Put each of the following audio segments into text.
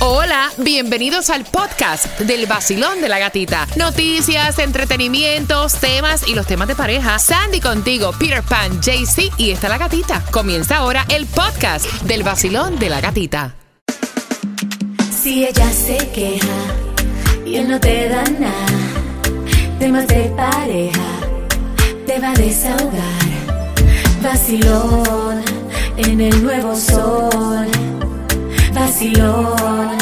Hola, bienvenidos al podcast del vacilón de la gatita. Noticias, entretenimientos, temas y los temas de pareja. Sandy contigo, Peter Pan, JC y está la gatita. Comienza ahora el podcast del vacilón de la gatita. Si ella se queja y él no te da nada, temas de pareja, te va a desahogar. Vacilón en el nuevo sol. Vacilón.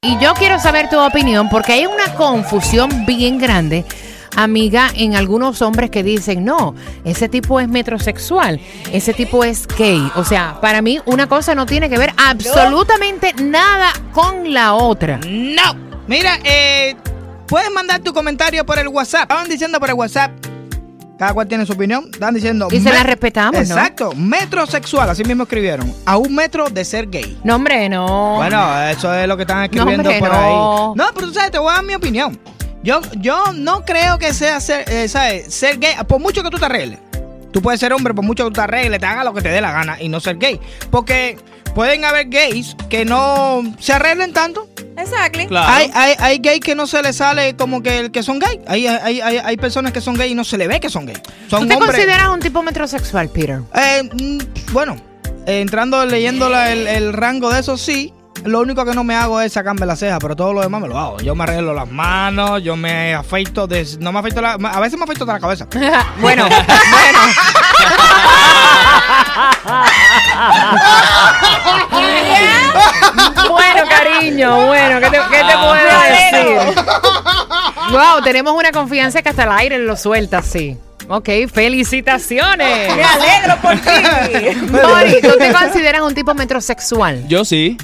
Y yo quiero saber tu opinión porque hay una confusión bien grande, amiga, en algunos hombres que dicen, no, ese tipo es metrosexual, ese tipo es gay. O sea, para mí una cosa no tiene que ver absolutamente nada con la otra. No. Mira, eh, puedes mandar tu comentario por el WhatsApp. Estaban diciendo por el WhatsApp. Cada cual tiene su opinión. Estaban diciendo. Y se me- la respetamos, ¿no? Exacto. Metrosexual, así mismo escribieron. A un metro de ser gay. No, hombre, no. Bueno, eso es lo que están escribiendo hombre, por no. ahí. No, pero tú sabes, te voy a dar mi opinión. Yo, yo no creo que sea ser, eh, ¿sabes? ser gay, por mucho que tú te arregles. Tú puedes ser hombre, por mucho que tú te arregles, te hagas lo que te dé la gana y no ser gay. Porque pueden haber gays que no se arreglen tanto. Exactly. Hay, hay, hay gays que no se les sale como que, que son gay. Hay, hay, hay, hay personas que son gay y no se le ve que son gay. Son ¿Tú te hombres. consideras un tipo metrosexual, Peter? Eh, mm, bueno, eh, entrando, leyendo la- el, el rango de eso, sí. Lo único que no me hago es sacarme las cejas, pero todo lo demás me lo hago. Yo me arreglo las manos, yo me afeito, des- no me afeito la, a veces me afeito hasta la cabeza. bueno, bueno. bueno, cariño, bueno, ¿qué te, qué Ah. te puedo decir? Wow, tenemos una confianza que hasta el aire lo suelta, sí. Ok, felicitaciones. Me alegro por ti. Mori, ¿tú te consideras un tipo metrosexual? Yo sí.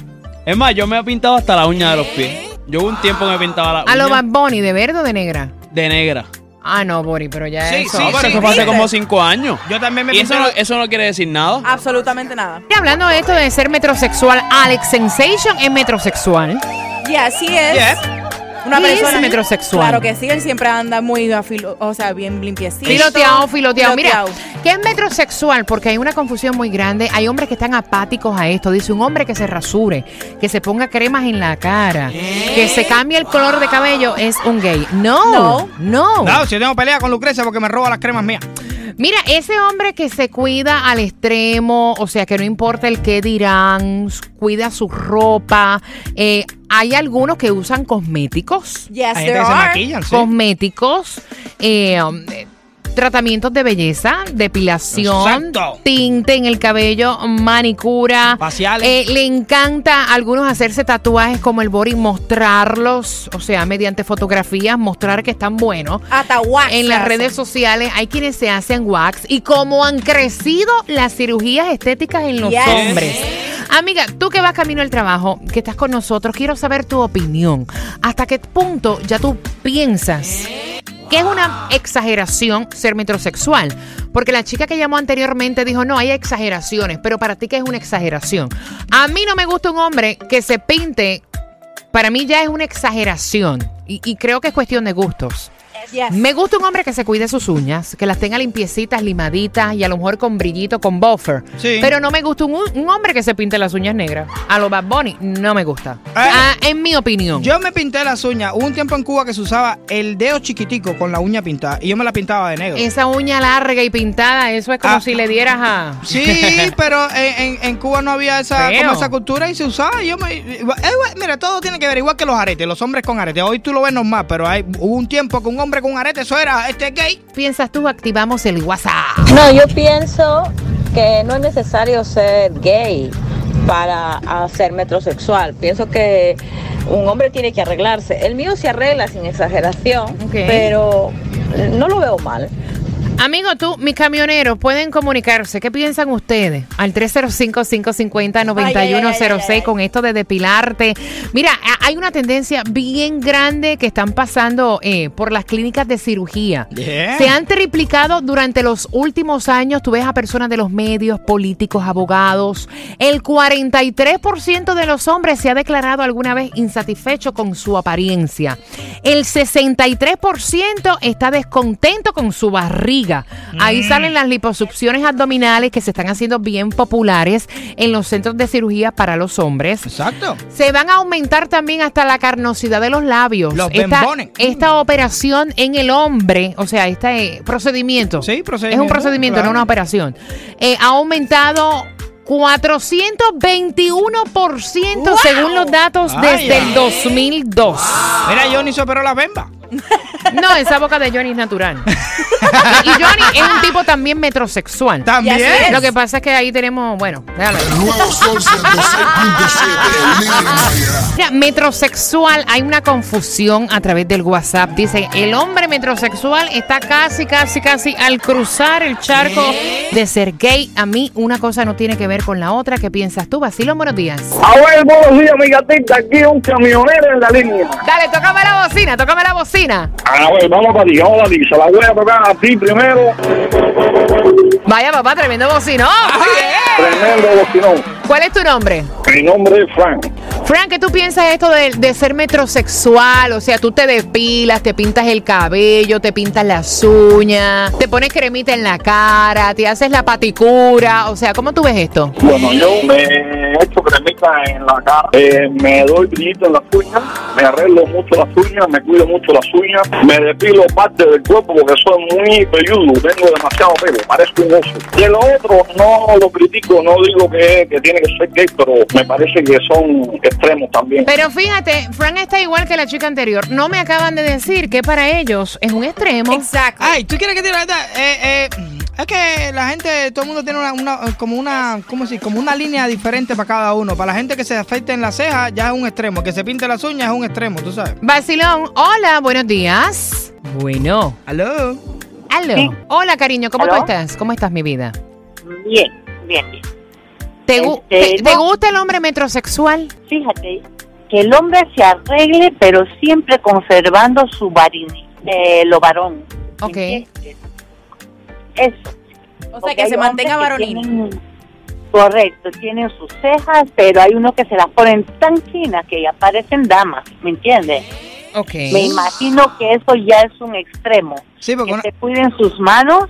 Es más, yo me he pintado hasta la uña de los pies. Yo hubo un tiempo que me pintaba la A lo Bad uña Bunny, ¿de verde o de negra? de negra. Ah, no, Bori, pero ya Sí, eso. sí, No, pero sí. eso fue hace como cinco años. Yo también me Y eso pinté no, la- eso no quiere decir Ah, nada. Absolutamente nada. Y hablando de esto de ser metrosexual, Alex Sensation es metrosexual. Y así es. Yeah. Una Y es persona metrosexual. Claro que sí, él siempre anda muy afilo, o sea, bien limpiecito. Filoteado, filoteado. Mira, Filoteado. ¿qué es metrosexual? Porque hay una confusión muy grande. Hay hombres que están apáticos a esto. Dice un hombre que se rasure, que se ponga cremas en la cara, que se cambie el color de cabello, es un gay. No, no. No. No, si yo tengo pelea con Lucrecia porque me roba las cremas mías. Mira, ese hombre que se cuida al extremo, o sea, que no importa el qué dirán, cuida su ropa. eh, hay algunos que usan cosméticos. Yes, Hay gente there que se are. maquillan, sí. cosméticos, eh, um, eh, tratamientos de belleza, depilación, Exacto. tinte en el cabello, manicura. Faciales. Eh, le encanta a algunos hacerse tatuajes como el body, mostrarlos, o sea, mediante fotografías, mostrar que están buenos. Atahuac. En las redes sociales hay quienes se hacen wax y como han crecido las cirugías estéticas en los Yes. hombres. Amiga, tú que vas camino al trabajo, que estás con nosotros, quiero saber tu opinión. ¿Hasta qué punto ya tú piensas que es una exageración ser metrosexual? Porque la chica que llamó anteriormente dijo, no, hay exageraciones, pero para ti, ¿qué es una exageración? A mí no me gusta un hombre que se pinte, para mí ya es una exageración. Y, y creo que es cuestión de gustos. Yes. Me gusta un hombre que se cuide sus uñas, que las tenga limpiecitas, limaditas y a lo mejor con brillito, con buffer. Sí. Pero no me gusta un, un hombre que se pinte las uñas negras. A los Bad Bunny no me gusta. Ah, en mi opinión. Eh. Yo me pinté las uñas. Hubo un tiempo en Cuba que se usaba el dedo chiquitico con la uña pintada y yo me la pintaba de negro. Esa uña larga y pintada, eso es como Ah. si le dieras a... Sí, pero en, en- en Cuba no había esa, Feo. como esa cultura y se usaba. Yo me, eh, bueno, mira, todo tiene que ver igual que los aretes, los hombres con aretes. Hoy tú lo ves normal, pero hay, hubo un tiempo que un hombre con un arete, eso era este gay. Piensas tú, activamos el WhatsApp. No, yo pienso que no es necesario ser gay para ah, ser metrosexual. Pienso que un hombre tiene que arreglarse. El mío se arregla sin exageración, Ok. pero eh, no lo veo mal. Amigo, tú, mis camioneros, pueden comunicarse. ¿Qué piensan ustedes? Al 305-550-9106 con esto de depilarte. Mira, a- hay una tendencia bien grande que están pasando eh, por las clínicas de cirugía. Yeah. Se han triplicado durante los últimos años. Tú ves a personas de los medios, políticos, abogados. El 43% de los hombres se ha declarado alguna vez insatisfecho con su apariencia. El 63% está descontento con su barriga. nalga. Ahí salen las liposucciones abdominales que se están haciendo bien populares en los centros de cirugía para los hombres. Exacto. Se van a aumentar también hasta la carnosidad de los labios. Los esta, bembones. esta operación en el hombre, o sea, este eh, procedimiento. Sí, Es procedimiento, un procedimiento, claro. no una operación. Eh, ha aumentado 421% según los datos Ay, desde ay. el 2002. Mira, Johnny se operó la bemba. No, esa boca de Johnny es natural. y Johnny es un tipo también metrosexual. También. Ya sé. Lo que pasa es que ahí tenemos, bueno, déjalo ahí. El nuevo Sol 106.7, líder en variedad. Mira, metrosexual, hay una confusión a través del WhatsApp. Dice, el hombre metrosexual está casi, casi, casi al cruzar el charco de ser gay. A mí una cosa no tiene que ver con la otra. ¿Qué piensas tú, Basilio? Buenos días. A ver, buenos días, mi gatita. Aquí un camionero en la línea. Dale, tócame la bocina, tócame la bocina. A ver, vamos para ti, vamos para ti. Se la voy a tocar a ti primero. Vaya, papá, tremendo bocino. Tremendo bocinón. ¿Cuál es tu nombre? Mi nombre es Frank. Frank, ¿qué tú piensas de esto de, de ser metrosexual? O sea, tú te depilas, te pintas el cabello, te pintas las uñas, te pones cremita en la cara, te haces la paticura. O sea, ¿cómo tú ves esto? Bueno, yo me he hecho cremita en la cara. Eh, me doy brillito en las uñas. Me arreglo mucho las uñas. Me cuido mucho las uñas. Me depilo parte del cuerpo porque soy muy peludo. Tengo demasiado pelo. Parezco un oso. Y el otro no lo critico. No digo que, que tiene que ser gay, pero me parece que son extremos también. Pero fíjate, Frank está igual que la chica anterior. No me acaban de decir que para ellos es un extremo. Exacto. Ay, ¿tú quieres que te la verdad? Eh, eh, es que la gente, todo el mundo tiene una, una- como una, ¿cómo decir? Como una línea diferente para cada uno. Para la gente que se afeite en las cejas ya es un extremo, que se pinte las uñas es un extremo, tú sabes. Basilón, hola, buenos días. Bueno. Aló. Aló. Hola, cariño, ¿cómo tú Aló. estás? ¿Cómo estás, mi vida? Bien, bien, bien. ¿Te, gu- Este, te- te no. gusta el hombre metrosexual? Fíjate que el hombre se arregle, pero siempre conservando su varini, eh, lo varón. Ok. ¿entiendes? Eso. o sea, porque que hay se mantenga hombres que varonil. tienen- Correcto, tienen sus cejas, pero hay unos que se las ponen tan finas que ya parecen damas, ¿me entiendes? Ok. Me imagino que eso ya es un extremo. Sí, porque que una- se cuiden sus manos,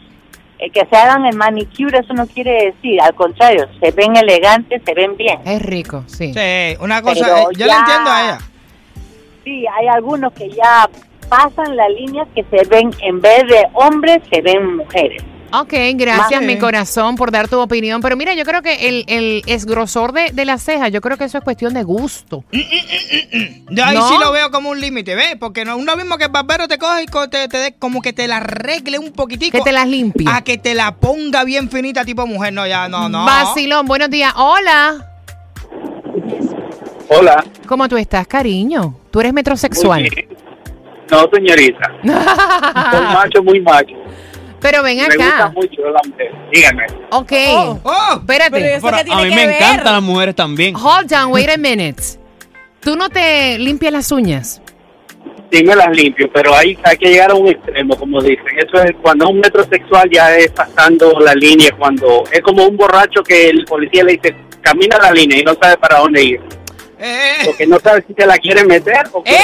eh, que se hagan el manicure, eso no quiere decir, al contrario, se ven elegantes, se ven bien. Es rico, sí. sí, una cosa, Pero eh, yo la ya- entiendo a ella. Sí, hay algunos que ya pasan la línea que se ven, en vez de hombres, se ven mujeres. Ok, gracias Más mi bien. corazón por dar tu opinión. Pero mira, yo creo que el, el esgrosor de, de la ceja, yo creo que eso es cuestión de gusto. Yo ahí ¿No? sí lo veo como un límite, ¿ves? Porque no es lo mismo que el barbero te coge y co- te, te dé como que te la arregle un poquitico. Que te las limpie. ah, A que te la ponga bien finita tipo mujer. No, ya, no, no. Basilón, buenos días. Hola. Hola. ¿Cómo tú estás, cariño? Tú eres metrosexual. Muy bien. No, señorita. Soy macho, muy macho. Pero ven Me gusta acá. mucho la mujer. Dígame. Ok. Oh, ¡Oh! Espérate. pero eso Pero que a tiene mí que me ver. encantan las mujeres también. Hold on, wait a minute. ¿Tú no te limpias las uñas? Sí, me las limpio, pero ahí hay que llegar a un extremo, como dicen. Eso es cuando es un metrosexual ya es pasando la línea. Cuando es como un borracho que el policía le dice camina la línea y no sabe para dónde ir, Eh, eh, eh. ¡Eh! porque no sabe si te la quiere meter o qué.